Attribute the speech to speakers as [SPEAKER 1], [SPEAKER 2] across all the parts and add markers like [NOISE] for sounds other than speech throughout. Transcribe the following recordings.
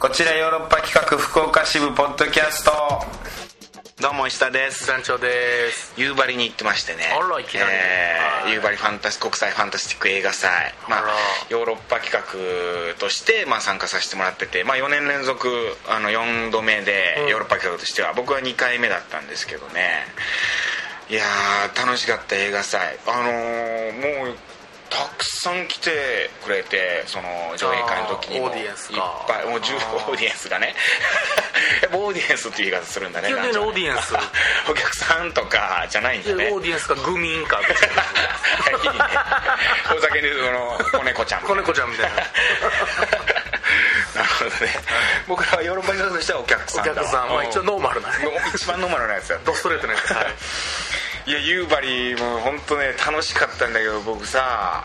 [SPEAKER 1] こちらヨーロッパ企画福岡支部ポッドキャストどうも石田です
[SPEAKER 2] 団長です
[SPEAKER 1] 夕張に行ってましてね
[SPEAKER 2] あらいきなり
[SPEAKER 1] えー
[SPEAKER 2] はい
[SPEAKER 1] 夕張ファンタス国際ファンタスティック映画祭、まあ
[SPEAKER 2] あら、
[SPEAKER 1] ヨーロッパ企画として、まあ、参加させてもらってて、まあ、4年連続あの4度目で
[SPEAKER 2] うん
[SPEAKER 1] ヨーロッパ企画としては、僕は2回目だったんですけどねいやー楽しかった映画祭あのーもうたくさん来てくれてその上映会の時にもい
[SPEAKER 2] あ
[SPEAKER 1] っ
[SPEAKER 2] ーオーディエンスか
[SPEAKER 1] ぱいもう10
[SPEAKER 2] あー
[SPEAKER 1] オーディエンスがね [LAUGHS] やっぱオーディエンスっていう言い方するんだね
[SPEAKER 2] 基本的
[SPEAKER 1] 団
[SPEAKER 2] に
[SPEAKER 1] 長ね
[SPEAKER 2] オーディエン [LAUGHS] ス
[SPEAKER 1] お客さんとかじゃないん
[SPEAKER 2] で
[SPEAKER 1] だね
[SPEAKER 2] オーディエンスか愚民 [LAUGHS] かみたいな
[SPEAKER 1] いいねお酒でその子猫ちゃんみたい
[SPEAKER 2] 子
[SPEAKER 1] な
[SPEAKER 2] 猫ちゃんみたいな [LAUGHS]
[SPEAKER 1] なるほどね僕らはヨーロッパ企画としてはお客さ
[SPEAKER 2] お
[SPEAKER 1] んだ
[SPEAKER 2] 客さんまあ一応ノーマルなね
[SPEAKER 1] うん一番ノーマルなやつだった
[SPEAKER 2] ドストレートなやつはい
[SPEAKER 1] いや夕張も本当ね楽しかったんだけど僕さ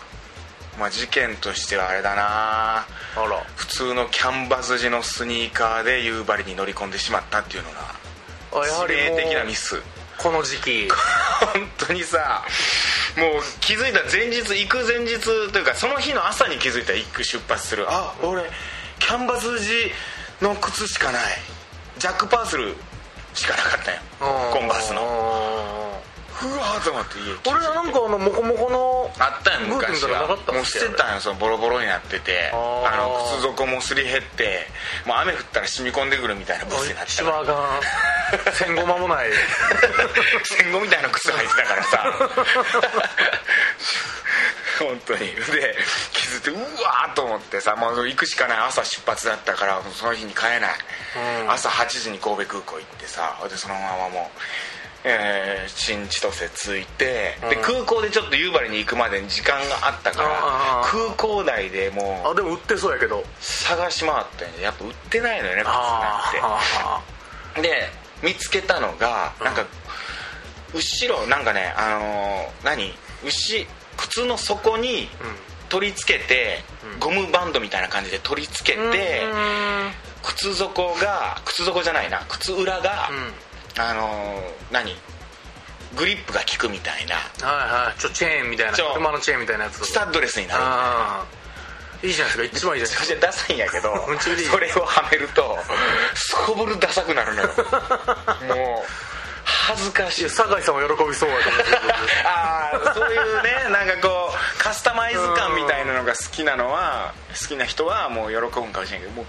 [SPEAKER 1] まあ事件としてはあれだな
[SPEAKER 2] あら
[SPEAKER 1] 普通のキャンバス地のスニーカーで夕張に乗り込んでしまったっていうのが
[SPEAKER 2] あやはり
[SPEAKER 1] 致命的な
[SPEAKER 2] も
[SPEAKER 1] ミ
[SPEAKER 2] う
[SPEAKER 1] ス
[SPEAKER 2] この時期
[SPEAKER 1] 本当にさもう気づいた前日行く前日というかその日の朝に気づいた行く出発するあ俺キャンバス地の靴しかないジャックパースルしかなかったよコンバースの
[SPEAKER 2] の
[SPEAKER 1] うわーと思って家
[SPEAKER 2] 俺はなんかあのモコモコの
[SPEAKER 1] あったよ
[SPEAKER 2] ブー
[SPEAKER 1] 昔
[SPEAKER 2] ツみたいな
[SPEAKER 1] は
[SPEAKER 2] のなかった
[SPEAKER 1] もう捨てたんよそのボロボロになってて
[SPEAKER 2] あー
[SPEAKER 1] あの靴底もすり減ってもう雨降ったら染み込んでくるみたいなブスになって
[SPEAKER 2] 一
[SPEAKER 1] たから
[SPEAKER 2] 番あかん戦後間も [LAUGHS] ない
[SPEAKER 1] 戦後みたいな靴履いてたからさ本当にで気づいてうわーと思ってさもう行くしかない朝出発だったからもうその日に帰れない、
[SPEAKER 2] うん
[SPEAKER 1] 朝8時に神戸空港行ってさでそのままもう、えー新千歳着いて、で
[SPEAKER 2] うん
[SPEAKER 1] 空港でちょっと夕張に行くまでに時間があったから
[SPEAKER 2] あー
[SPEAKER 1] 空港内でも
[SPEAKER 2] あでも売ってそうやけど
[SPEAKER 1] う探し回ってやっぱ売ってないのよね靴なんて
[SPEAKER 2] あ
[SPEAKER 1] で見つけたのがなんか、後ろなんかねあのー何牛靴の底に取り付けて、ゴムバンドみたいな感じで取り付けて、
[SPEAKER 2] あうん
[SPEAKER 1] 靴底が靴底じゃないな靴裏が、あのー何グリップが効くみたいな
[SPEAKER 2] はいはいちょチェーンみたいな
[SPEAKER 1] ちょ
[SPEAKER 2] 車のチェーンみたいなやつ
[SPEAKER 1] スタッドレスになる
[SPEAKER 2] ああいいじゃないですか一番いいじゃない
[SPEAKER 1] それじゃダサいんやけ
[SPEAKER 2] [LAUGHS]
[SPEAKER 1] ど
[SPEAKER 2] めっちゃいい
[SPEAKER 1] それをはめると
[SPEAKER 2] [LAUGHS]
[SPEAKER 1] すこぶるダサくなるのよもう恥ずかしい
[SPEAKER 2] ですか酒井さんも喜びそうやと思う [LAUGHS] けど
[SPEAKER 1] ああそういうねなんかこうカスタマイズ感みたいなのが好きなのは好きな人はもう喜ぶんかもしれんけどもう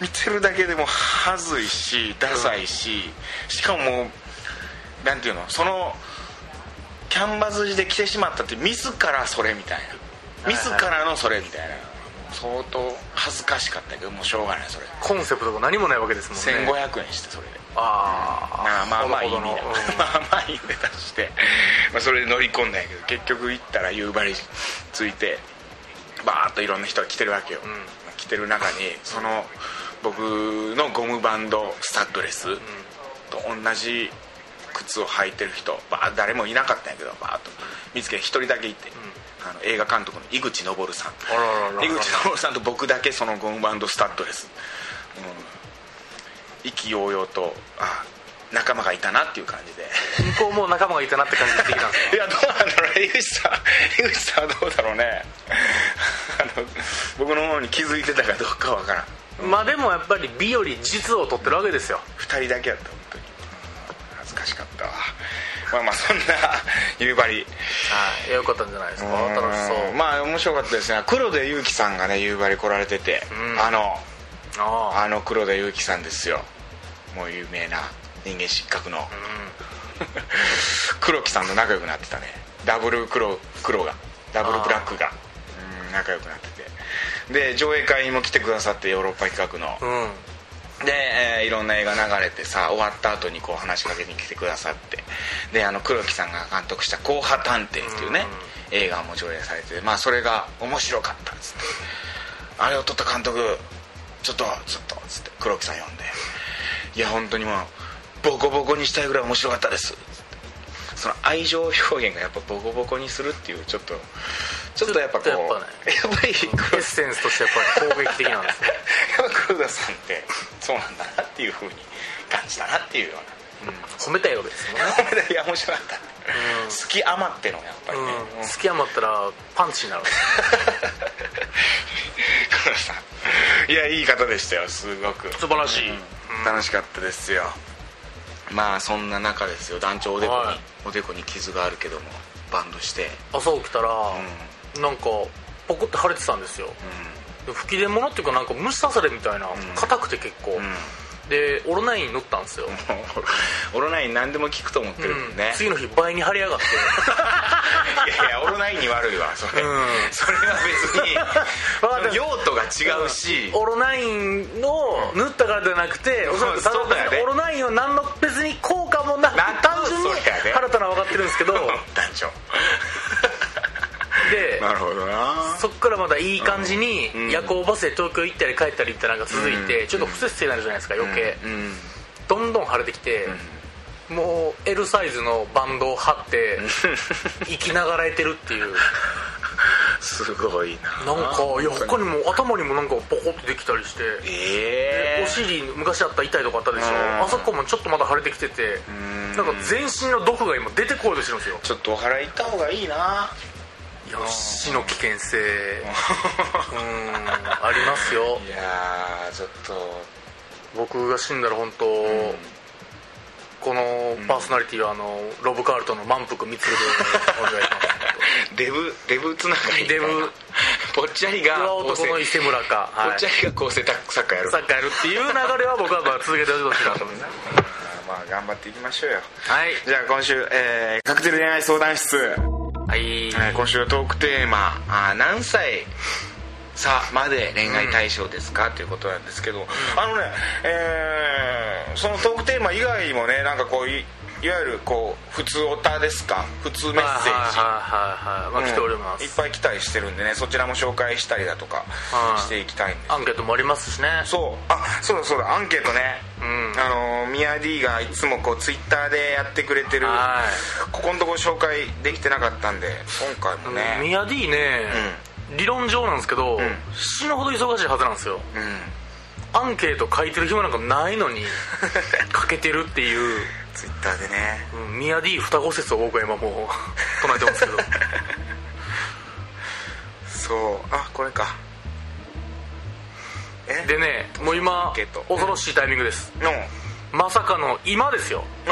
[SPEAKER 1] 見てるだけでも恥ずいしダサいししかももうなんていうのそのキャンバス地で着てしまったって自らそれみたいな
[SPEAKER 2] はいはい
[SPEAKER 1] 自らのそれみたいな相当恥ずかしかったけどもうしょうがないそれ
[SPEAKER 2] コンセプトが何もないわけですもんね
[SPEAKER 1] 1500円してそれで
[SPEAKER 2] あ
[SPEAKER 1] まあまあまあいい
[SPEAKER 2] ほ
[SPEAKER 1] 値
[SPEAKER 2] ど
[SPEAKER 1] 段、
[SPEAKER 2] ほど
[SPEAKER 1] [LAUGHS]
[SPEAKER 2] の
[SPEAKER 1] まあまあいい値段して、まあ、それで乗り込んだんやけど結局行ったら夕張着いてバーッといろんな人が来てるわけよ、来てる中にその僕のゴムバンドスタッドレスと同じ靴を履いてる人バーッ誰もいなかったんやけどバーッと見つけて1人だけいて、あの映画監督の井口昇さん
[SPEAKER 2] あらららら
[SPEAKER 1] 井口昇さんと僕だけそのゴムバンドスタッドレス、うん、意気揚々とあ仲間がいたなっていう感じで
[SPEAKER 2] うん向こうも仲間がいたなって感じできたんで
[SPEAKER 1] [LAUGHS] い
[SPEAKER 2] す
[SPEAKER 1] やどうなんだろうね井口さん井口さんはどうだろうね [LAUGHS] あの僕のものに気づいてたかどうかわからん
[SPEAKER 2] か [LAUGHS] まあでもやっぱり美より実を取ってるわけですよ
[SPEAKER 1] 2人だけやった本当にうん恥ずかしかったわまあまあそんな夕張
[SPEAKER 2] はいよかったんじゃないですか楽しそう
[SPEAKER 1] まあ面白かったですね黒田裕樹さんがね夕張来られてて、
[SPEAKER 2] うん
[SPEAKER 1] あの
[SPEAKER 2] ああ
[SPEAKER 1] あの黒田裕樹さんですよもう有名な人間失格の、 [LAUGHS] 黒木さんと仲良くなってたねダブル黒黒がダブルブラックがうん仲良くなっててで上映会にも来てくださってヨーロッパ企画の、
[SPEAKER 2] うん
[SPEAKER 1] で、えーいろんな映画流れてさ終わった後にこう話しかけに来てくださってであの黒木さんが監督した「硬派探偵」っていうね、映画も上映されてまあそれが面白かったっつって「あれを撮った監督ちょっとちょっと」っつって黒木さん呼んで「いや本当にもうボコボコにしたいぐらい面白かったです」っつってその愛情表現がやっぱボコボコにするっていうちょっとちょっとやっぱこう
[SPEAKER 2] ちょっとやっ
[SPEAKER 1] やっぱり
[SPEAKER 2] エ
[SPEAKER 1] 黒
[SPEAKER 2] ッセンスとしてやっぱり攻撃的なんですよ
[SPEAKER 1] 黒田さんってそうなんだなっていうふうに感じたなっていうような、
[SPEAKER 2] 褒めたいわけですよね
[SPEAKER 1] いや面白かった、好き余ってのやっぱりね、
[SPEAKER 2] うん
[SPEAKER 1] うん
[SPEAKER 2] 好き余ったらパンチになる
[SPEAKER 1] 黒田さんいやいい方でしたよすごく
[SPEAKER 2] 素晴らしい、
[SPEAKER 1] うん楽しかったですよまあそんな中ですよ団長おでこに、
[SPEAKER 2] はい
[SPEAKER 1] おでこに傷があるけどもバンドして [LAUGHS]
[SPEAKER 2] 朝起きたら、なんかポコって腫れてたんですよ、で吹き出物っていうかなんか虫刺されみたいな硬、くて結構、でオロナインに塗ったんですよ、
[SPEAKER 1] オロナイン何でも効くと思ってるもんね、
[SPEAKER 2] 次の日倍に腫れ上がって
[SPEAKER 1] いやいやオロナインに悪いわそれ、
[SPEAKER 2] うん
[SPEAKER 1] それ
[SPEAKER 2] [LAUGHS]
[SPEAKER 1] は
[SPEAKER 2] わかっ
[SPEAKER 1] 別
[SPEAKER 2] た
[SPEAKER 1] に用途が違うし、
[SPEAKER 2] オロナインの塗ったからじゃなくて、
[SPEAKER 1] うん
[SPEAKER 2] おそらく
[SPEAKER 1] そうだよね
[SPEAKER 2] オロナインは何の別に効果もなく
[SPEAKER 1] なん
[SPEAKER 2] 単純に
[SPEAKER 1] そうだよね
[SPEAKER 2] 腹立たのは分かってるんですけどで
[SPEAKER 1] 団長なるほどな
[SPEAKER 2] そっからまだいい感じに
[SPEAKER 1] ん
[SPEAKER 2] 夜行バスで東京行ったり帰ったりってなんか続いて、ちょっと不摂生になるじゃないですか余計、
[SPEAKER 1] うんうん
[SPEAKER 2] どんどん腫れてきて、もう L サイズのバンドを張って生きながらえてるっていう
[SPEAKER 1] すごい
[SPEAKER 2] な
[SPEAKER 1] なん
[SPEAKER 2] かいや他にも頭にもなんかボコってできたりして
[SPEAKER 1] ええ
[SPEAKER 2] お尻昔あった痛いとこあったでしょ
[SPEAKER 1] うん
[SPEAKER 2] あそこもちょっとまだ腫れてきててなんか全身の毒が今出てこようとしてるんですよ
[SPEAKER 1] ちょっとお祓い行った方がいいな
[SPEAKER 2] 死の危険性うーんありますよ
[SPEAKER 1] [LAUGHS] いやーちょっと
[SPEAKER 2] 僕が死んだら本当このパーソナリティはあのロブ・カールトンの満腹満でお願いしま
[SPEAKER 1] デブデブつながりみたいな
[SPEAKER 2] デブ
[SPEAKER 1] ぽっちゃり
[SPEAKER 2] す
[SPEAKER 1] が
[SPEAKER 2] は男の伊勢村か、
[SPEAKER 1] 構成ぽ
[SPEAKER 2] は
[SPEAKER 1] っ
[SPEAKER 2] い、
[SPEAKER 1] ちゃりが構成サッカーやる
[SPEAKER 2] サッカーやるっていう流れは僕はまあ続けてほしいなと思います
[SPEAKER 1] まあ頑張っていきましょうよ
[SPEAKER 2] はい
[SPEAKER 1] じゃあ今週、えーカクテル恋愛相談室、
[SPEAKER 2] はい
[SPEAKER 1] えー今週のトークテーマあー何歳差まで恋愛対象ですか、ということなんですけど、あのね、えーそのトークテーマ以外にもねなんかこういいわゆるこう普通オタですか普通メッセージ、
[SPEAKER 2] はいはいはいはい、まあ、来ております、
[SPEAKER 1] うんいっぱい来たりしてるんでねそちらも紹介したりだとか
[SPEAKER 2] はい
[SPEAKER 1] していきたいんで
[SPEAKER 2] アンケートもありますしね
[SPEAKER 1] そうあそうだそうだアンケートね、
[SPEAKER 2] うん
[SPEAKER 1] あのーミヤ D がいつもこうツイッターでやってくれてる
[SPEAKER 2] は
[SPEAKER 1] ここのところ紹介できてなかったんで今回もね
[SPEAKER 2] ミヤディね、理論上なんですけど、死ぬほど忙しいはずなんですよ
[SPEAKER 1] うん
[SPEAKER 2] アンケート書いてる暇なんかないの [LAUGHS] に書けてるっていう、
[SPEAKER 1] ツイッターでね
[SPEAKER 2] うん、ミヤディ双子説を僕は今もう唱えてますけど
[SPEAKER 1] そうあこれかえ
[SPEAKER 2] でねもう
[SPEAKER 1] アン
[SPEAKER 2] 今
[SPEAKER 1] ケート
[SPEAKER 2] 恐ろしいタイミングです
[SPEAKER 1] の
[SPEAKER 2] まさかの今ですよ
[SPEAKER 1] う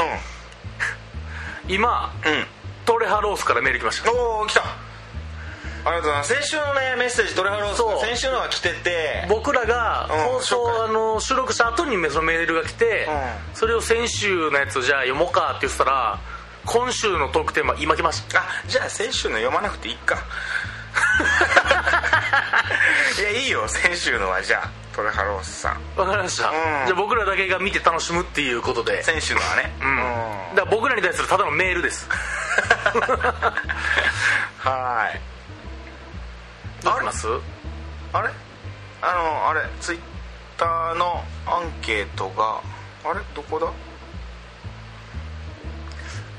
[SPEAKER 2] 今
[SPEAKER 1] んうん
[SPEAKER 2] トレハロースからメール来ました
[SPEAKER 1] おお来たありがとうございます先週のねメッセージドレハロース
[SPEAKER 2] そう
[SPEAKER 1] 先週のは来てて
[SPEAKER 2] 僕らが
[SPEAKER 1] うん
[SPEAKER 2] 放
[SPEAKER 1] 紹介
[SPEAKER 2] 送あの収録した後にそのメールが来て
[SPEAKER 1] う
[SPEAKER 2] それを先週のやつをじゃあ読もうかって言ってたら今週のトークテーマ今来ました
[SPEAKER 1] あじゃあ先週の読まなくていい
[SPEAKER 2] [LAUGHS]
[SPEAKER 1] かいやいいよ先週のはじゃあトレハロースさん
[SPEAKER 2] わかりました、
[SPEAKER 1] ん
[SPEAKER 2] じゃあ僕らだけが見て楽しむっていうことで
[SPEAKER 1] 先週のはねう
[SPEAKER 2] うんだから僕らに対するただのメールです
[SPEAKER 1] [LAUGHS] はーい
[SPEAKER 2] どうします
[SPEAKER 1] あれあのあれツイッターのアンケートがあれどこだ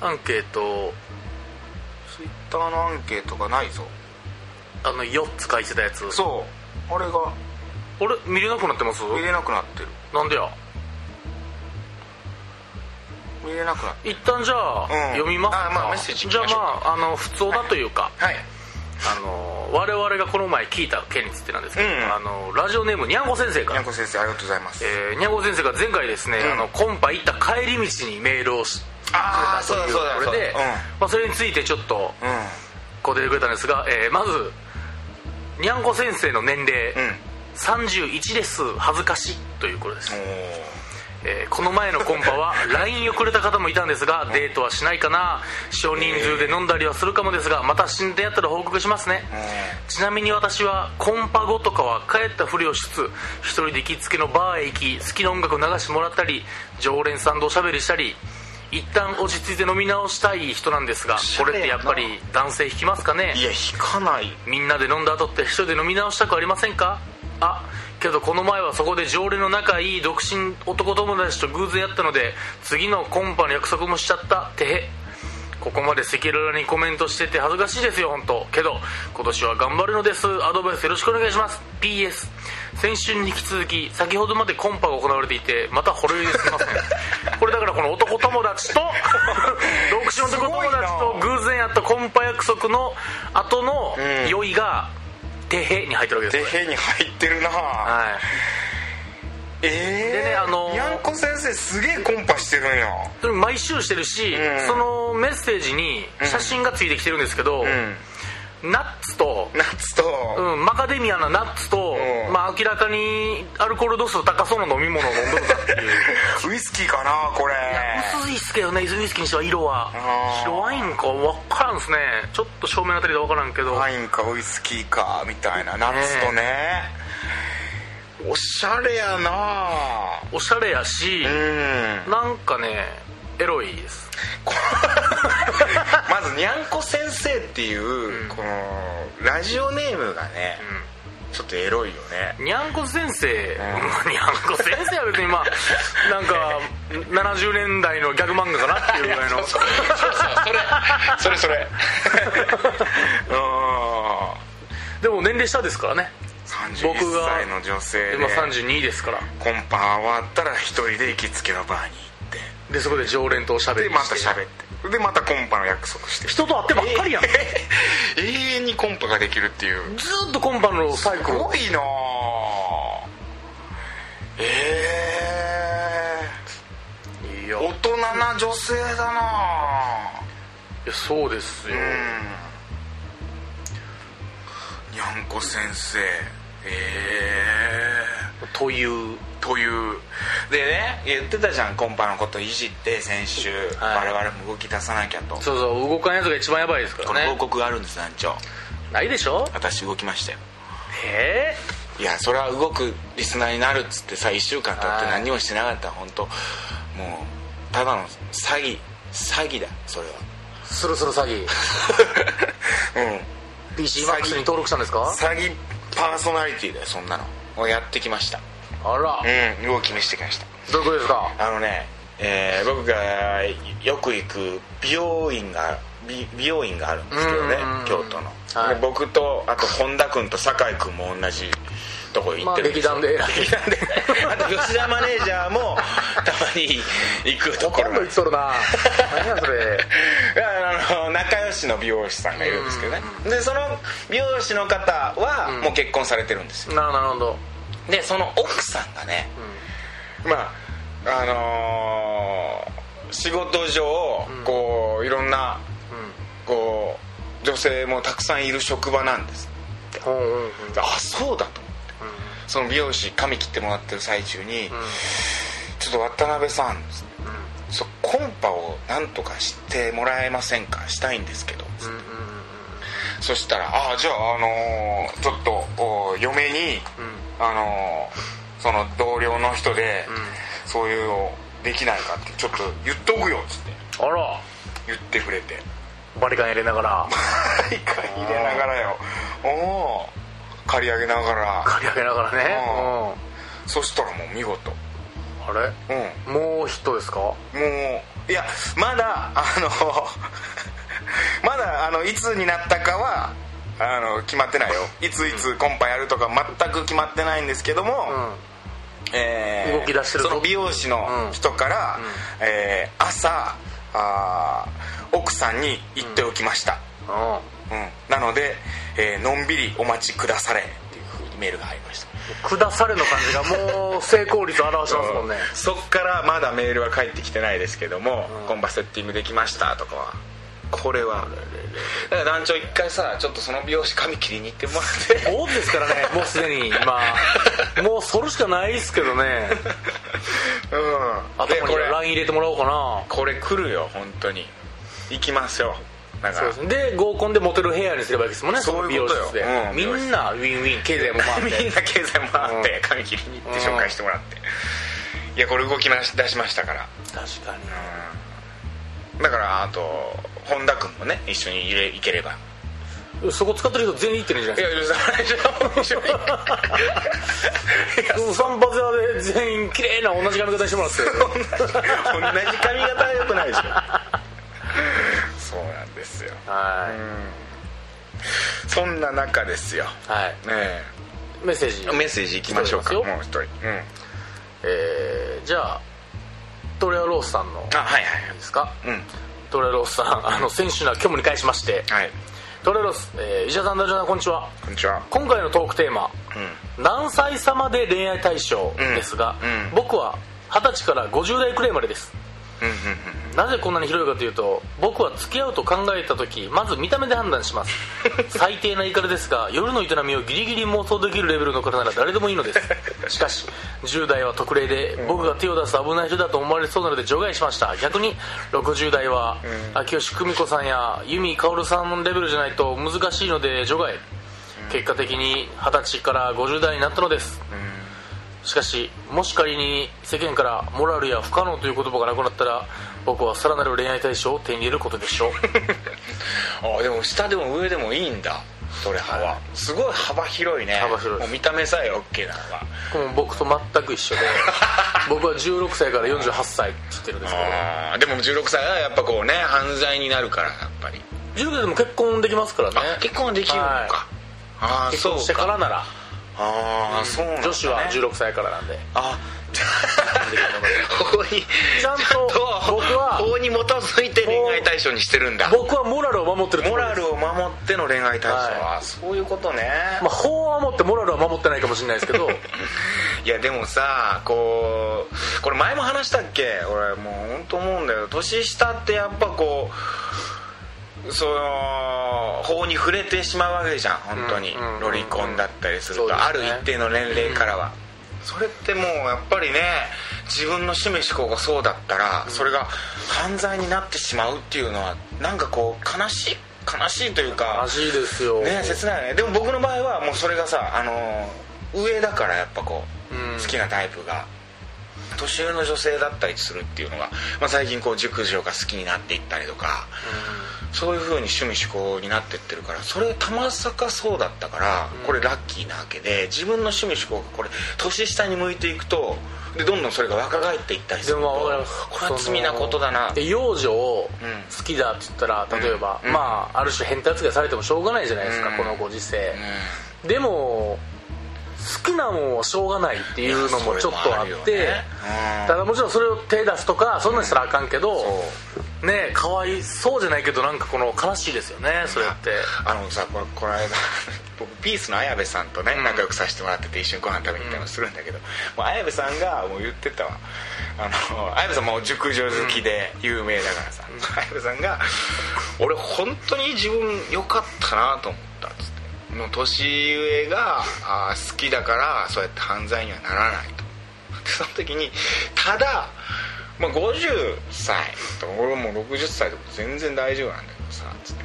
[SPEAKER 2] アンケート
[SPEAKER 1] ツイッターのアンケートがないぞ
[SPEAKER 2] あの4つ書いてたやつ
[SPEAKER 1] そうあれが
[SPEAKER 2] あれ見れなくなってます
[SPEAKER 1] 見れなくなってる
[SPEAKER 2] なんでや
[SPEAKER 1] 見れなくなって
[SPEAKER 2] 一旦じゃあ、
[SPEAKER 1] ん
[SPEAKER 2] 読みますか
[SPEAKER 1] あまあメッセージ行き
[SPEAKER 2] じゃ
[SPEAKER 1] ま
[SPEAKER 2] あ
[SPEAKER 1] しょう
[SPEAKER 2] まああの普通だというか、
[SPEAKER 1] はい
[SPEAKER 2] あの我々がこの前聞いた件についてなんですけど、
[SPEAKER 1] うん
[SPEAKER 2] あのラジオネームにゃんこ先生か
[SPEAKER 1] にゃ
[SPEAKER 2] ら
[SPEAKER 1] んこ先生ありがとうございます
[SPEAKER 2] えーにゃんこ先生が前回ですね、
[SPEAKER 1] ん
[SPEAKER 2] あのコンパ行った帰り道にメールをし
[SPEAKER 1] あー
[SPEAKER 2] くれたという
[SPEAKER 1] そうだそうだ
[SPEAKER 2] これで
[SPEAKER 1] そうだうん
[SPEAKER 2] まあ、それについてちょっと
[SPEAKER 1] うん
[SPEAKER 2] こう出てくれたんですが、えーまずにゃんこ先生の年
[SPEAKER 1] う
[SPEAKER 2] 齢、
[SPEAKER 1] ん
[SPEAKER 2] 31です恥ずかしいということです、
[SPEAKER 1] お
[SPEAKER 2] えーこの前のコンパ [LAUGHS] は LINE をくれた方もいたんですがデートはしないかな少人数で飲んだりはするかもですがまた新店やったら報告しますね、
[SPEAKER 1] ー
[SPEAKER 2] ちなみに私はコンパ後とかは帰ったふりをしつつ一人で行きつけのバーへ行き好きな音楽を流してもらったり常連さんとおしゃべりしたり一旦落ち着いて飲み直したい人なんですがこれってやっぱり男性引きますかね
[SPEAKER 1] いや引かない
[SPEAKER 2] みんなで飲んだ後って一人で飲み直したくありませんかあけどこの前はそこで常連の仲いい独身男友達と偶然やったので次のコンパの約束もしちゃったてへここまで赤裸々にコメントしてて恥ずかしいですよ本当けど今年は頑張るのですアドバイスよろしくお願いします PS 先週に引き続き先ほどまでコンパが行われていてまたほろ酔いですいませんこれだからこの男友達と独身男友達と偶然やったコンパ約束の後の酔いがてへに入ってるわけ
[SPEAKER 1] で
[SPEAKER 2] ですこれ
[SPEAKER 1] へに入ってるなぁ
[SPEAKER 2] はい
[SPEAKER 1] ええ
[SPEAKER 2] でねあのー
[SPEAKER 1] にゃんこ先生すげえコンパしてるんや
[SPEAKER 2] それ毎週してるし、
[SPEAKER 1] うん
[SPEAKER 2] そのメッセージに写真がついてきてるんですけど、
[SPEAKER 1] うん
[SPEAKER 2] ナッツと、
[SPEAKER 1] 夏と、
[SPEAKER 2] うん、マカデミアなナッツと、
[SPEAKER 1] うん
[SPEAKER 2] まあ、明らかにアルコール度数高そうな飲み物を飲んどるな
[SPEAKER 1] [LAUGHS]
[SPEAKER 2] っていう
[SPEAKER 1] ウイスキーかなこれ
[SPEAKER 2] 薄いっすけどねウイスキーにしては色は
[SPEAKER 1] あー
[SPEAKER 2] 白ワインか分からんですねちょっと正面あたりで分からんけど、
[SPEAKER 1] ワインかウイスキーかみたいな夏とねおしゃれやな
[SPEAKER 2] おしゃれやし、
[SPEAKER 1] うん
[SPEAKER 2] なんかねエロいです
[SPEAKER 1] こまずにゃんこ先生っていう、このラジオネームがね、ちょっとエロいよね
[SPEAKER 2] にゃんこ先生、 [LAUGHS] にゃんこ先生は別にまあなんか70年代のギャグ漫画かなっていうぐらいの
[SPEAKER 1] [LAUGHS] それそ [LAUGHS] れう
[SPEAKER 2] [LAUGHS] でも年齢下ですからね
[SPEAKER 1] ん31
[SPEAKER 2] 僕が
[SPEAKER 1] 歳の女性で
[SPEAKER 2] 今32ですから
[SPEAKER 1] コンパ終わったら一人で行きつけのバーに行って
[SPEAKER 2] でそこで常連とおしゃべ
[SPEAKER 1] で
[SPEAKER 2] り
[SPEAKER 1] ま
[SPEAKER 2] して
[SPEAKER 1] た喋ってでまたコンパの約束して
[SPEAKER 2] 人と会ってばっかりやん、
[SPEAKER 1] えー [LAUGHS] 永遠にコンパができるっていう
[SPEAKER 2] ずーっとコンパのサイ
[SPEAKER 1] す
[SPEAKER 2] クル
[SPEAKER 1] ごいなあえ
[SPEAKER 2] い
[SPEAKER 1] え
[SPEAKER 2] や
[SPEAKER 1] 大人な女性だなあ
[SPEAKER 2] いやそうですよ、
[SPEAKER 1] うんにゃんこ先生ええ
[SPEAKER 2] という
[SPEAKER 1] というでね言ってたじゃんコンパのこといじって先週、
[SPEAKER 2] はい
[SPEAKER 1] 我々も動き出さなきゃと、
[SPEAKER 2] そうそう動かんやつが一番やばいですか
[SPEAKER 1] こ
[SPEAKER 2] ら
[SPEAKER 1] の
[SPEAKER 2] ね
[SPEAKER 1] 報告があるんです団長
[SPEAKER 2] ないでしょ
[SPEAKER 1] 私動きましたよ
[SPEAKER 2] へえ
[SPEAKER 1] いやそれは動くリスナーになるっつってさ1週間経っ
[SPEAKER 2] は
[SPEAKER 1] て
[SPEAKER 2] い
[SPEAKER 1] 何もしてなかったら本当もうただの詐欺詐欺だそれは
[SPEAKER 2] そろそろ詐 [LAUGHS] 欺
[SPEAKER 1] [LAUGHS] うん
[SPEAKER 2] PC マックスに登録したんですか
[SPEAKER 1] 詐欺パーソナリティだよそんなのをやってきました
[SPEAKER 2] あら
[SPEAKER 1] うん動き見せてきました
[SPEAKER 2] どういうことですか
[SPEAKER 1] あのね、えー僕がよく行く美容院が美美容院があるんですけどね
[SPEAKER 2] うんうんうん
[SPEAKER 1] 京都の、
[SPEAKER 2] は
[SPEAKER 1] で
[SPEAKER 2] い
[SPEAKER 1] 僕とあと本田君と酒井君も同じとこ行ってるんですよ
[SPEAKER 2] まあ劇団で偉い
[SPEAKER 1] 劇団であと吉田マネージャーもたまに行くとこ
[SPEAKER 2] 今
[SPEAKER 1] ろな
[SPEAKER 2] 度言
[SPEAKER 1] ん
[SPEAKER 2] っ
[SPEAKER 1] です
[SPEAKER 2] とるな何やそれ
[SPEAKER 1] [LAUGHS] あの仲良しの美容師さんがいるんですけどねでその美容師の方はもう結婚されてるんですよ
[SPEAKER 2] なるほど
[SPEAKER 1] でその奥さんがね、まああのー仕事上、こういろんなこう女性もたくさんいる職場なんです
[SPEAKER 2] ほうんうんうん
[SPEAKER 1] あそうだと思ってその美容師髪切ってもらってる最中に「ちょっと渡辺さんつって」そうコンパをなんとかしてもらえませんかしたいんですけど」つって
[SPEAKER 2] うんうんうん
[SPEAKER 1] そしたら「ああじゃあ、あのーちょっとお嫁に、あのーその同僚の人で、そういうのできないかってちょっと言っとくよ」っつって
[SPEAKER 2] あら
[SPEAKER 1] 言ってくれて [LAUGHS]
[SPEAKER 2] バリカン入れながら
[SPEAKER 1] 一回入れながらよおお借り上げながら
[SPEAKER 2] 借り上げながらね
[SPEAKER 1] あそしたらもう見事
[SPEAKER 2] うんあれ
[SPEAKER 1] うん
[SPEAKER 2] もうヒットですか
[SPEAKER 1] もういやまだあの [LAUGHS] まだあのいつになったかはあの決まってないよいついつコンパやるとか全く決まってないんですけども、
[SPEAKER 2] うん
[SPEAKER 1] えー
[SPEAKER 2] 動き出してるぞ
[SPEAKER 1] その美容師の人から、
[SPEAKER 2] うんうん
[SPEAKER 1] えー朝あー奥さんに言っておきました、
[SPEAKER 2] うん
[SPEAKER 1] うんなので、えーのんびりお待ちくだされっていうふうにメールが入りました
[SPEAKER 2] 下されの感じがもう成功率を表してますもんね
[SPEAKER 1] うんそっからまだメールは返ってきてないですけども「
[SPEAKER 2] うん
[SPEAKER 1] コンパセッティングできました」とかはこれはだから団長一回さちょっとその美容師髪切りに行ってもらって
[SPEAKER 2] [LAUGHS] 坊主ですからねもうすでに今もうそれしかないですけどね
[SPEAKER 1] うんで
[SPEAKER 2] 頭に
[SPEAKER 1] これ
[SPEAKER 2] LINE 入れてもらおうかな
[SPEAKER 1] これ来るよ本当に行きますよだか
[SPEAKER 2] そう
[SPEAKER 1] ら
[SPEAKER 2] ですねで合コンでモテるヘアにすればいいですもんね
[SPEAKER 1] そういうことよ
[SPEAKER 2] その美容室で、
[SPEAKER 1] うん
[SPEAKER 2] みんなウィンウィン経済も回
[SPEAKER 1] [LAUGHS] み
[SPEAKER 2] っ
[SPEAKER 1] ん
[SPEAKER 2] て
[SPEAKER 1] な経済回って髪切りに行って紹介してもらっていやこれ動きまし出しましたから
[SPEAKER 2] 確かに
[SPEAKER 1] だからあと本田君もね一緒に入れ行ければ
[SPEAKER 2] そこ使ってる人全員行ってるんじゃないい
[SPEAKER 1] や
[SPEAKER 2] で
[SPEAKER 1] 一緒に
[SPEAKER 2] すかその散髪屋で全員綺麗な同じ髪型にしてもらって
[SPEAKER 1] 同じ髪型はよくないでしょそうなんですよ
[SPEAKER 2] [LAUGHS] は
[SPEAKER 1] そんな中ですよ
[SPEAKER 2] い、はい、
[SPEAKER 1] ね
[SPEAKER 2] メッセージ
[SPEAKER 1] えメッセージいきましょうかもう
[SPEAKER 2] 来ており
[SPEAKER 1] 一人うん
[SPEAKER 2] えーじゃあトレアロースさんのい
[SPEAKER 1] あはいはい
[SPEAKER 2] いですか
[SPEAKER 1] うん
[SPEAKER 2] トレアロースさんあの選手の虚無に返しまして
[SPEAKER 1] はい
[SPEAKER 2] トレロス、えー、石田さんダジョさんこんにちは
[SPEAKER 1] こんにちは
[SPEAKER 2] 今回のトークテーマ「何歳様で恋愛対象」ですが、
[SPEAKER 1] うん
[SPEAKER 2] 僕は二十歳から50代くらいまでです
[SPEAKER 1] うんうん
[SPEAKER 2] なぜこんなに広いかというと僕は付き合うと考えた時まず見た目で判断します最低なイカレですが夜の営みをギリギリ妄想できるレベルの方なら誰でもいいのですしかし10代は特例で僕が手を出すと危ない人だと思われそうなので除外しました逆に60代は秋吉久美子さんや由美薫さんのレベルじゃないと難しいので除外結果的に二十歳から50代になったのですしかしもし仮に世間からモラルや不可能という言葉がなくなったら僕はさらなる恋愛対象を手に入れることでしょ
[SPEAKER 1] [LAUGHS]
[SPEAKER 2] う
[SPEAKER 1] うんあでも下でも上でもいいんだトレハはすごい幅広いね
[SPEAKER 2] 幅広いです
[SPEAKER 1] もう見た目さえ OK なのが
[SPEAKER 2] これも僕と全く一緒で僕は16歳から48歳って言ってるんです
[SPEAKER 1] あーでも16歳はやっぱこうね犯罪になるからやっぱり
[SPEAKER 2] けど16歳でも結婚できますからね
[SPEAKER 1] あ結婚できるの
[SPEAKER 2] はい
[SPEAKER 1] かああ
[SPEAKER 2] 結
[SPEAKER 1] そ
[SPEAKER 2] 婚し
[SPEAKER 1] う
[SPEAKER 2] てか
[SPEAKER 1] から
[SPEAKER 2] なら
[SPEAKER 1] ああそうなんだね
[SPEAKER 2] 女子は16歳からなんで [LAUGHS]
[SPEAKER 1] あ法に
[SPEAKER 2] ちゃんと僕は
[SPEAKER 1] 法に基づいて恋愛対象にしてるんだ
[SPEAKER 2] 僕はモラルを守ってるつも
[SPEAKER 1] モ
[SPEAKER 2] りです
[SPEAKER 1] ラルを守っての恋愛対象
[SPEAKER 2] は
[SPEAKER 1] はそういうことね
[SPEAKER 2] まあ、法は守ってモラルは守ってないかもしれない
[SPEAKER 1] [LAUGHS]
[SPEAKER 2] ですけど
[SPEAKER 1] いやでもさこうこれ前も話したっけ俺もう本当思うんだよ年下ってやっぱこうその法に触れてしまうわけじゃん本当に
[SPEAKER 2] うんうんうん
[SPEAKER 1] ロリコンだったりする
[SPEAKER 2] そう
[SPEAKER 1] と、
[SPEAKER 2] ですね
[SPEAKER 1] ある一定の年齢からは、それってもうやっぱりね自分の趣味思考がそうだったら、それが犯罪になってしまうっていうのはなんかこう悲しい悲しいというか
[SPEAKER 2] 悲しいですよ、
[SPEAKER 1] ね切ないよねでも僕の場合はもうそれがさあのー上だからやっぱこう、
[SPEAKER 2] うん
[SPEAKER 1] 好きなタイプが年上の女性だったりするっていうのが、まあ、最近こう熟女が好きになっていったりとか、そういう風に趣味思考になってってるからそれたまさかそうだったから、これラッキーなわけで自分の趣味思考がこれ年下に向いていくとでどんどんそれが若返っていったりす
[SPEAKER 2] で
[SPEAKER 1] ると
[SPEAKER 2] もまあわかります
[SPEAKER 1] これは罪なことだな
[SPEAKER 2] その幼女を
[SPEAKER 1] うん
[SPEAKER 2] 好きだって言ったら例えば、
[SPEAKER 1] うん
[SPEAKER 2] まあある種変態扱いされてもしょうがないじゃないですか、
[SPEAKER 1] うん
[SPEAKER 2] このご時世
[SPEAKER 1] うん、
[SPEAKER 2] でも好きなもんはしょうがないっていうのもちょっと
[SPEAKER 1] それも
[SPEAKER 2] あって
[SPEAKER 1] あるよねうん
[SPEAKER 2] ただもちろんそれを手出すとかそんなんしたらあかんけど、ねかわいそうじゃないけどなんかこの悲しいですよねそれって
[SPEAKER 1] あのさこれこの間 [LAUGHS] 僕ピースの綾部さんとね
[SPEAKER 2] ん
[SPEAKER 1] 仲良くさせてもらってて一緒にご飯食べに行ったりもするんだけど、もう綾部さんがもう言ってたわあの綾部さんも熟女好きで有名だからさ、綾部さんが「俺本当に自分良かったなと思った」っつってもう年上があー好きだからそうやって犯罪にはならないと。でその時にただ、まあ、50歳と俺もう60歳とか全然大丈夫なんだけどさつって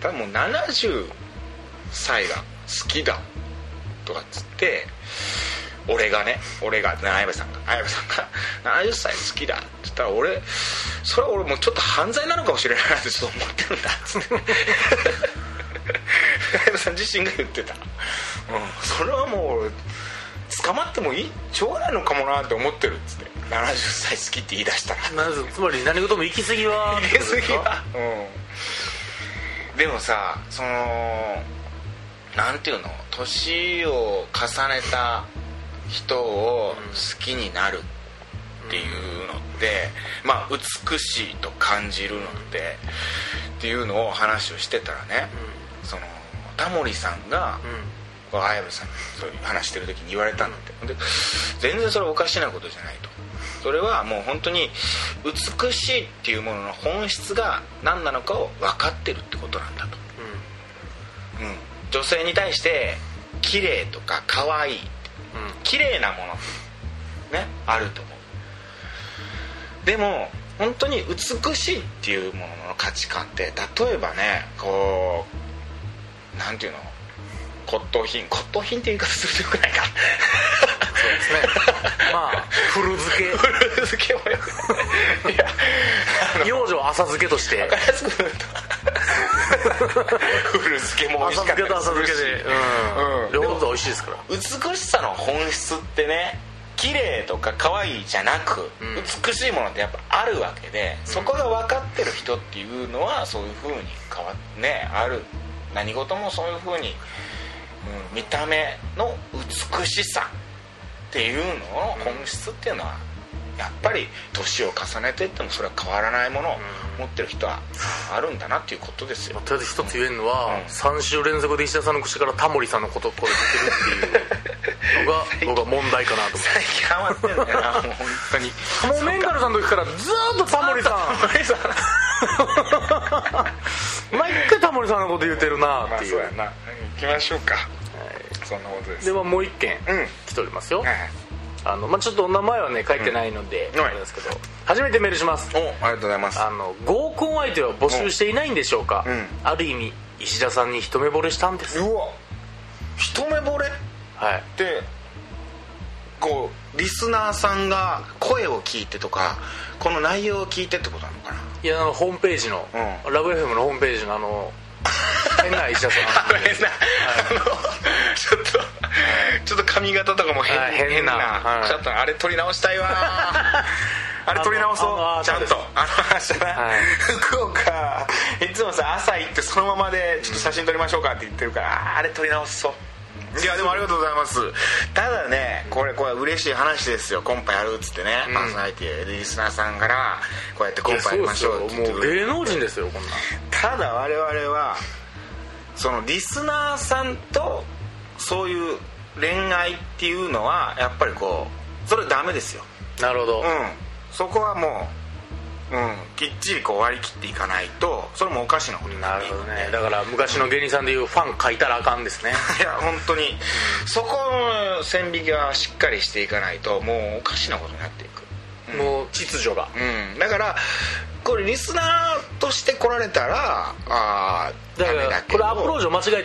[SPEAKER 1] ただもう70歳が好きだとかっつって俺がね俺が綾部さんが綾部さんが70歳好きだって言ったら俺それは俺もうちょっと犯罪なのかもしれないなってちょっと思ってるんだっつって綾部さん自身が言ってた、うん、それはもう俺捕まってもいいしょうがないのかもなって思ってるっつって70歳好きって言い出したら
[SPEAKER 2] なぜつまり何事も行き過ぎは
[SPEAKER 1] 行き過ぎはうんでもさそのなんていうの年を重ねた人を好きになるっていうのって、まあ美しいと感じるのってっていうのを話をしてたらね、そのタモリさんが、
[SPEAKER 2] う
[SPEAKER 1] こう綾部さんにそういう話してる時に言われたんだってで全然それおかしなことじゃないとそれはもう本当に美しいっていうものの本質が何なのかを分かってるってことなんだと、
[SPEAKER 2] んうん
[SPEAKER 1] うん、女性に対して綺麗とか可愛い
[SPEAKER 2] うん
[SPEAKER 1] 綺麗なものねあると思うでも本当に美しいっていうものの価値観って例えばねこうなんていうの骨董品骨董品って言い方するとよくないか
[SPEAKER 2] そうです
[SPEAKER 1] [LAUGHS]
[SPEAKER 2] ねまあ古漬け
[SPEAKER 1] 古漬けもよくないいや
[SPEAKER 2] 幼女は浅漬けとして
[SPEAKER 1] [LAUGHS] 分かりやすく言うと古漬けも美味
[SPEAKER 2] 浅
[SPEAKER 1] しかった
[SPEAKER 2] 漬けと
[SPEAKER 1] りす
[SPEAKER 2] 浅
[SPEAKER 1] る
[SPEAKER 2] 漬
[SPEAKER 1] し
[SPEAKER 2] けで、
[SPEAKER 1] うん
[SPEAKER 2] 両方と美味しいですから
[SPEAKER 1] 美しさの本質ってね綺麗とか可愛いじゃなく、
[SPEAKER 2] うん
[SPEAKER 1] 美しいものってやっぱあるわけで、そこが分かってる人っていうのはそういう風に変わねある何事もそういう風に、うん、見た目の美しさっていうのの本質っていうのはやっぱり年を重ねていってもそれは変わらないものを持ってる人はあるんだなっていうことですよ
[SPEAKER 2] とりあえず一つ言えるのは、
[SPEAKER 1] うん
[SPEAKER 2] 3週連続で石田さんの口からタモリさんのことこれ出てるっていうのが僕は問題かなと思
[SPEAKER 1] [LAUGHS] 最近ハマってるんだよなもう本当 [LAUGHS] に
[SPEAKER 2] ってもうメンガルさんの時からずーっとタモリさ
[SPEAKER 1] タモリさん
[SPEAKER 2] ん [LAUGHS] 毎回タモリさんのこと言うてるな
[SPEAKER 1] ま
[SPEAKER 2] っ
[SPEAKER 1] あ
[SPEAKER 2] て
[SPEAKER 1] そう
[SPEAKER 2] いう,、
[SPEAKER 1] やな行きましょうかそんなことです
[SPEAKER 2] ではもう一件
[SPEAKER 1] うん
[SPEAKER 2] 来ておりますよ、
[SPEAKER 1] はい
[SPEAKER 2] あのまあ、ちょっとお名前はね書いてないので、
[SPEAKER 1] うんはい
[SPEAKER 2] あれですけど初めてメールします
[SPEAKER 1] おありがとうございます
[SPEAKER 2] あの合コン相手は募集していないんでしょうか、
[SPEAKER 1] うん
[SPEAKER 2] ある意味石田さんに一目惚れしたんです、
[SPEAKER 1] うわ一目惚れっ
[SPEAKER 2] はい
[SPEAKER 1] てこうリスナーさんが声を聞いてとかこの内容を聞いてってことなのかない
[SPEAKER 2] やあのホームページの、
[SPEAKER 1] う
[SPEAKER 2] ラブ f m のホームページのあの変
[SPEAKER 1] [LAUGHS]
[SPEAKER 2] な石田さん
[SPEAKER 1] あの変な、あのちょっと、ちょっと髪型とかも変,、
[SPEAKER 2] はい
[SPEAKER 1] 変な
[SPEAKER 2] 変なはい
[SPEAKER 1] ちょっとあれ取り直したいわあれ取り直そ
[SPEAKER 2] あのあ
[SPEAKER 1] う
[SPEAKER 2] の
[SPEAKER 1] ちゃんとあの話だな、
[SPEAKER 2] はい
[SPEAKER 1] 福岡いつもさ朝行ってそのままでちょっと写真撮りましょうかって言ってるから、あーあれ撮り直そういやでもありがとうございますただねこれこれ嬉しい話ですよコンパやるっつってね、パーソナリティでリスナーさんからこうやってコンパやりましょうって言って
[SPEAKER 2] も
[SPEAKER 1] く
[SPEAKER 2] う
[SPEAKER 1] れて
[SPEAKER 2] 芸能人ですよこんな
[SPEAKER 1] ただ我々はそのリスナーさんとそういう恋愛っていうのはやっぱりこうそれダメですよ
[SPEAKER 2] なるほど、
[SPEAKER 1] うんそこはもう、うん、きっちりこう割り切っていかないとそれもおかしなことに
[SPEAKER 2] な
[SPEAKER 1] な
[SPEAKER 2] る
[SPEAKER 1] る
[SPEAKER 2] ほどねだから昔の芸人さんでいうファン書いたらあかんですね
[SPEAKER 1] いや本当にそこの線引きはしっかりしていかないともうおかしなことになっていく
[SPEAKER 2] もう秩序が
[SPEAKER 1] うんだからこれリスナーとして来られたらあー
[SPEAKER 2] だ
[SPEAKER 1] ダ
[SPEAKER 2] か
[SPEAKER 1] メだ
[SPEAKER 2] ら
[SPEAKER 1] け
[SPEAKER 2] こ
[SPEAKER 1] ど
[SPEAKER 2] れアプローチを間違え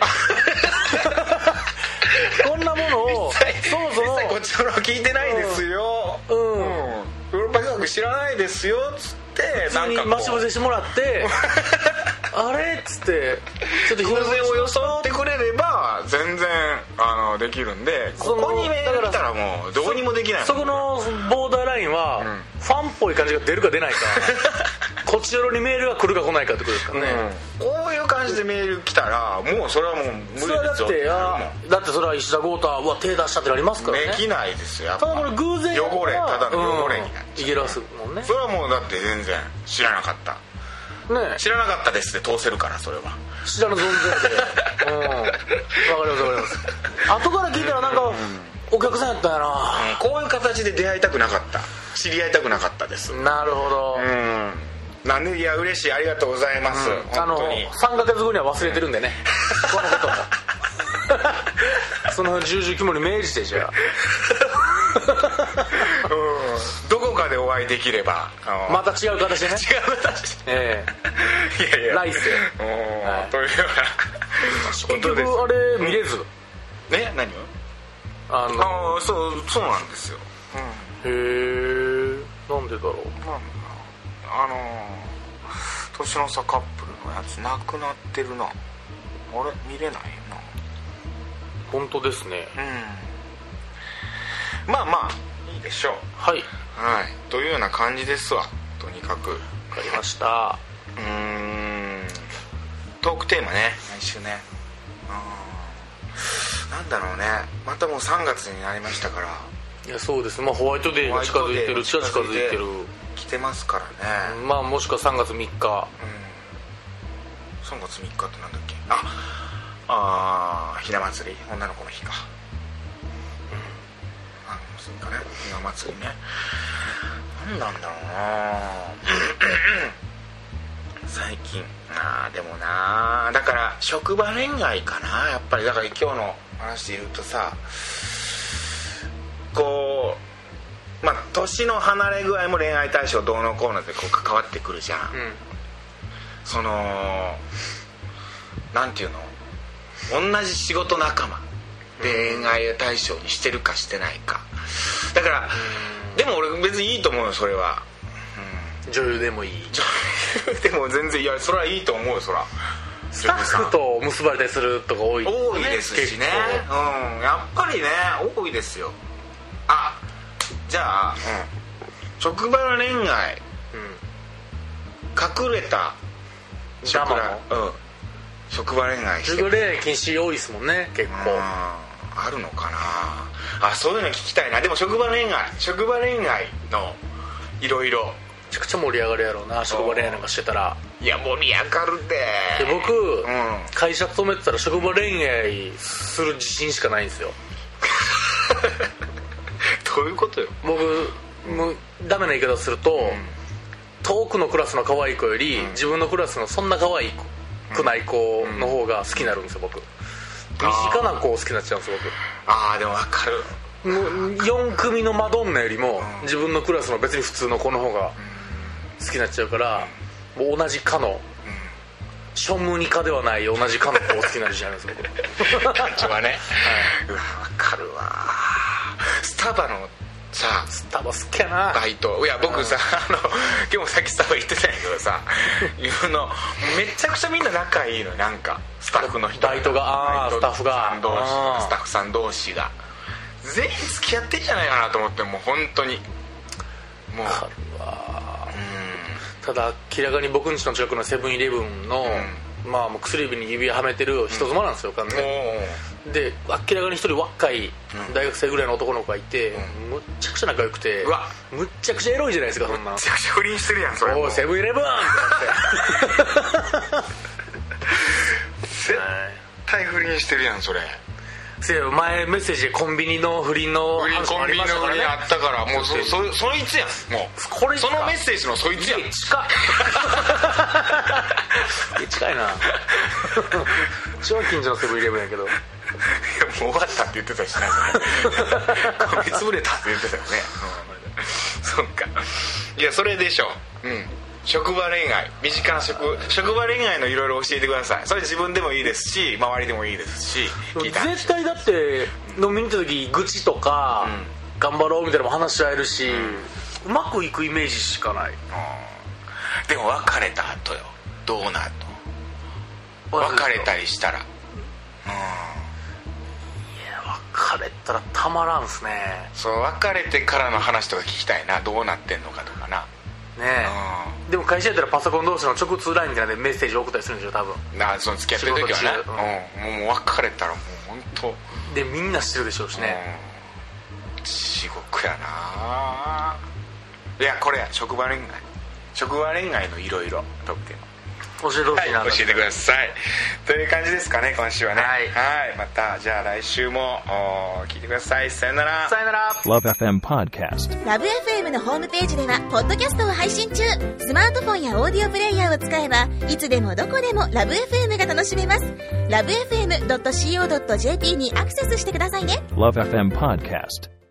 [SPEAKER 1] [LAUGHS]
[SPEAKER 2] たこんなものをそもそ
[SPEAKER 1] 実
[SPEAKER 2] も
[SPEAKER 1] 際こっちの聞いてないですよ、
[SPEAKER 2] う
[SPEAKER 1] う
[SPEAKER 2] ん
[SPEAKER 1] ヨーロッパ科学知らないですよっつって
[SPEAKER 2] 普通に
[SPEAKER 1] なん
[SPEAKER 2] マ
[SPEAKER 1] か
[SPEAKER 2] シ
[SPEAKER 1] こ
[SPEAKER 2] ブ
[SPEAKER 1] う
[SPEAKER 2] せしてもらって
[SPEAKER 1] [LAUGHS]
[SPEAKER 2] あれっつってちょっと
[SPEAKER 1] 偶
[SPEAKER 2] 左
[SPEAKER 1] 然を装ってくれれば全然あのできるんで
[SPEAKER 2] そ
[SPEAKER 1] こ
[SPEAKER 2] の
[SPEAKER 1] こにメール来たらもうどうにもできない
[SPEAKER 2] そこのボーダーラインは、ファンっぽい感じが出るか
[SPEAKER 1] [LAUGHS]
[SPEAKER 2] 出ないかこっち寄りにメールが来るか来ないかってことですか
[SPEAKER 1] う
[SPEAKER 2] ら
[SPEAKER 1] ん
[SPEAKER 2] ね、
[SPEAKER 1] こういう感じでメール来たらもうそれはもう無
[SPEAKER 2] それ
[SPEAKER 1] 理
[SPEAKER 2] は
[SPEAKER 1] です
[SPEAKER 2] だっ
[SPEAKER 1] よ
[SPEAKER 2] てあだってそれは石田豪太は手出したってなりますからね
[SPEAKER 1] できないですよやっぱ
[SPEAKER 2] ただこれ偶然やったら
[SPEAKER 1] 汚れただの汚れになっ
[SPEAKER 2] うんいけらすもんねね
[SPEAKER 1] それはもうだって全然知らなかった知らなかったですって通せるからそれは
[SPEAKER 2] 石田の存在でうんわかりますわかります後から聞いたらなんかお客さんやったんやな
[SPEAKER 1] うんこういう形で出会いたくなかった知り合いたくなかったです
[SPEAKER 2] なるほど、
[SPEAKER 1] うんなんでいや嬉しいありがとうございます、
[SPEAKER 2] あの
[SPEAKER 1] 本当に
[SPEAKER 2] 3ヶ月後には忘れてるんで [LAUGHS] ね、このこともその重々肝に銘じてじゃ
[SPEAKER 1] うんどこかでお会いできればあ
[SPEAKER 2] あ
[SPEAKER 1] の
[SPEAKER 2] [LAUGHS] また違う形でね、
[SPEAKER 1] 違う形
[SPEAKER 2] え
[SPEAKER 1] いやいや
[SPEAKER 2] 来世
[SPEAKER 1] うん
[SPEAKER 2] はい
[SPEAKER 1] というよ
[SPEAKER 2] え
[SPEAKER 1] うな
[SPEAKER 2] 結
[SPEAKER 1] ことです
[SPEAKER 2] 局あれ見れず、
[SPEAKER 1] ね何を
[SPEAKER 2] あの
[SPEAKER 1] ああそうそうなんですよ、
[SPEAKER 2] へえなんでだろ
[SPEAKER 1] うん、なんあのー年の差カップルのやつなくなってるなあれ見れないな
[SPEAKER 2] う本当ですね
[SPEAKER 1] うんまあまあいいでしょう
[SPEAKER 2] はいわ
[SPEAKER 1] はいというような感じですわとにかく
[SPEAKER 2] かりました
[SPEAKER 1] うーんトークテーマね毎週ねうんなんだろうねまたもう3月になりましたから
[SPEAKER 2] いやそうですまあホワイトデー
[SPEAKER 1] ホ
[SPEAKER 2] が
[SPEAKER 1] ワイ
[SPEAKER 2] 近
[SPEAKER 1] ト
[SPEAKER 2] づい
[SPEAKER 1] デ
[SPEAKER 2] て
[SPEAKER 1] ー
[SPEAKER 2] る
[SPEAKER 1] が
[SPEAKER 2] 近
[SPEAKER 1] 近づいて
[SPEAKER 2] づいてる
[SPEAKER 1] 来てますからね、
[SPEAKER 2] まあもしくは3月3日
[SPEAKER 1] 3月3日ってなんだっけああーひな祭り女の子の日かあそうかねひな祭りね何なん [COUGHS] だろうな最近あーでもなだから職場恋愛かなやっぱりだから今日の話で言うとさこうまあ年の離れ具合も恋愛対象どうのこうのってこう関わってくるじゃん
[SPEAKER 2] う
[SPEAKER 1] そのなんていうの同じ仕事仲間で恋愛を対象にしてるかしてないかだからでも俺別にいいと思うよそれは
[SPEAKER 2] ん女優でもいい
[SPEAKER 1] 女優 [LAUGHS] でも全然いやそれはいいと思うよそら
[SPEAKER 2] スタッフと結ばれたりするとか多いですね
[SPEAKER 1] 多いですしね
[SPEAKER 2] 結構
[SPEAKER 1] うんやっぱりね多いですよあじゃあ、職場の恋愛
[SPEAKER 2] うん
[SPEAKER 1] 隠れた職場,、
[SPEAKER 2] 仲
[SPEAKER 1] うん、職場恋愛して
[SPEAKER 2] 中
[SPEAKER 1] る
[SPEAKER 2] 国恋愛禁止多いですもんね結構
[SPEAKER 1] あるのかなあそういうの聞きたいなでも職場恋愛職場恋愛のいろいろ
[SPEAKER 2] ちゃくちゃ盛り上がるやろうな職場恋愛なんかしてたら
[SPEAKER 1] いや盛り上がるで
[SPEAKER 2] で僕、
[SPEAKER 1] ん
[SPEAKER 2] 会社勤めてたら職場恋愛する自信しかないんですよ
[SPEAKER 1] どういうことよ
[SPEAKER 2] 僕もうダメな言い方すると、遠くのクラスの可愛い子より、自分のクラスのそんな可愛い子くない子の方が好きになるんですよ僕身近な子を好きになっちゃうんですよ
[SPEAKER 1] ああでも分かる
[SPEAKER 2] 僕もう4組のマドンナよりも自分のクラスの別に普通の子の方が好きになっちゃうからもう同じ科の庶務に科ではない同じ科の子を好きになるじゃないですか僕
[SPEAKER 1] 感じはね、うわ分かるわスタバのさ
[SPEAKER 2] 多分好きやな
[SPEAKER 1] バイトいや僕
[SPEAKER 2] [LAUGHS]
[SPEAKER 1] さあの今日もさっきスタバ行ってたんやけどさいうのめちゃくちゃみんな仲いいのなんかスタッフの人
[SPEAKER 2] バイトがあー
[SPEAKER 1] バイト
[SPEAKER 2] スタッフが
[SPEAKER 1] さん同士
[SPEAKER 2] あー
[SPEAKER 1] スタッフさん同士が全員付き合ってんじゃないかなと思ってもう本当にもう
[SPEAKER 2] ただ明らかに僕ん家の近くのセブンイレブンの、まあもう薬指に指はめてる人妻なんですよ、完全に
[SPEAKER 1] も
[SPEAKER 2] で明らかに一人若い大学生ぐらいの男の子がいて、むっちゃくちゃ仲良くて
[SPEAKER 1] うわ
[SPEAKER 2] むっちゃくちゃエロいじゃないですかそんな
[SPEAKER 1] うめちゃくちゃ不倫してるやんそれ
[SPEAKER 2] お
[SPEAKER 1] も
[SPEAKER 2] お
[SPEAKER 1] う
[SPEAKER 2] セブンイレブン
[SPEAKER 1] [LAUGHS] 絶対不倫してるやんそれ
[SPEAKER 2] せや前メッセージでコンビニの不倫の
[SPEAKER 1] 不倫
[SPEAKER 2] 話も
[SPEAKER 1] コ
[SPEAKER 2] あ
[SPEAKER 1] ンビ
[SPEAKER 2] り
[SPEAKER 1] ニ
[SPEAKER 2] ま
[SPEAKER 1] の
[SPEAKER 2] し
[SPEAKER 1] 不
[SPEAKER 2] たからね
[SPEAKER 1] 倫あったからもうそそそいつやんもう
[SPEAKER 2] これ
[SPEAKER 1] そのメッセージのそいつやん
[SPEAKER 2] ージ近い近いな一番近所のセブンイレブンやけど
[SPEAKER 1] い [LAUGHS] やもう終わったって言ってたしなそれこいつぶれたって言ってたよね、うんそっかいやそれでしょうん職場恋愛身近な職職場恋愛のいろいろ教えてくださいそれ自分でもいいですし周りでもいいですし聞いた
[SPEAKER 2] 絶対だって飲みに行った時愚痴とか、頑張ろうみたいなのも話し合えるし、うまくいくイメージしかない
[SPEAKER 1] でも別れた後よどうなるの別れたりしたら
[SPEAKER 2] 別れたらたまらんすね
[SPEAKER 1] そう別れてからの話とか聞きたいなどうなってんのかとかな
[SPEAKER 2] ねえでも会社やったらパソコン同士の直通ラインみたいなのでメッセージ送ったりするんでしょ多分
[SPEAKER 1] なその付き合ってる時はな、
[SPEAKER 2] 仕事
[SPEAKER 1] うんもうもう別れたらもう本当
[SPEAKER 2] でみんな知ってるでしょうしね、
[SPEAKER 1] うん地獄やないやこれや職場恋愛職場恋愛のいろいろ特権
[SPEAKER 2] 教えてほしいな、
[SPEAKER 1] はい、教えてくださいという感じですかね今週はね
[SPEAKER 2] はい
[SPEAKER 1] いまたじゃあ来週もおー聞いてくださいさよなら
[SPEAKER 2] さよなら
[SPEAKER 3] Love FM Podcast.
[SPEAKER 4] ラブ f m のホームページではポッドキャストを配信中スマートフォンやオーディオプレイヤーを使えばいつでもどこでもラブ f m が楽しめますラブ FM.co.jp にアクセスしてくださいね
[SPEAKER 3] Love FM Podcast.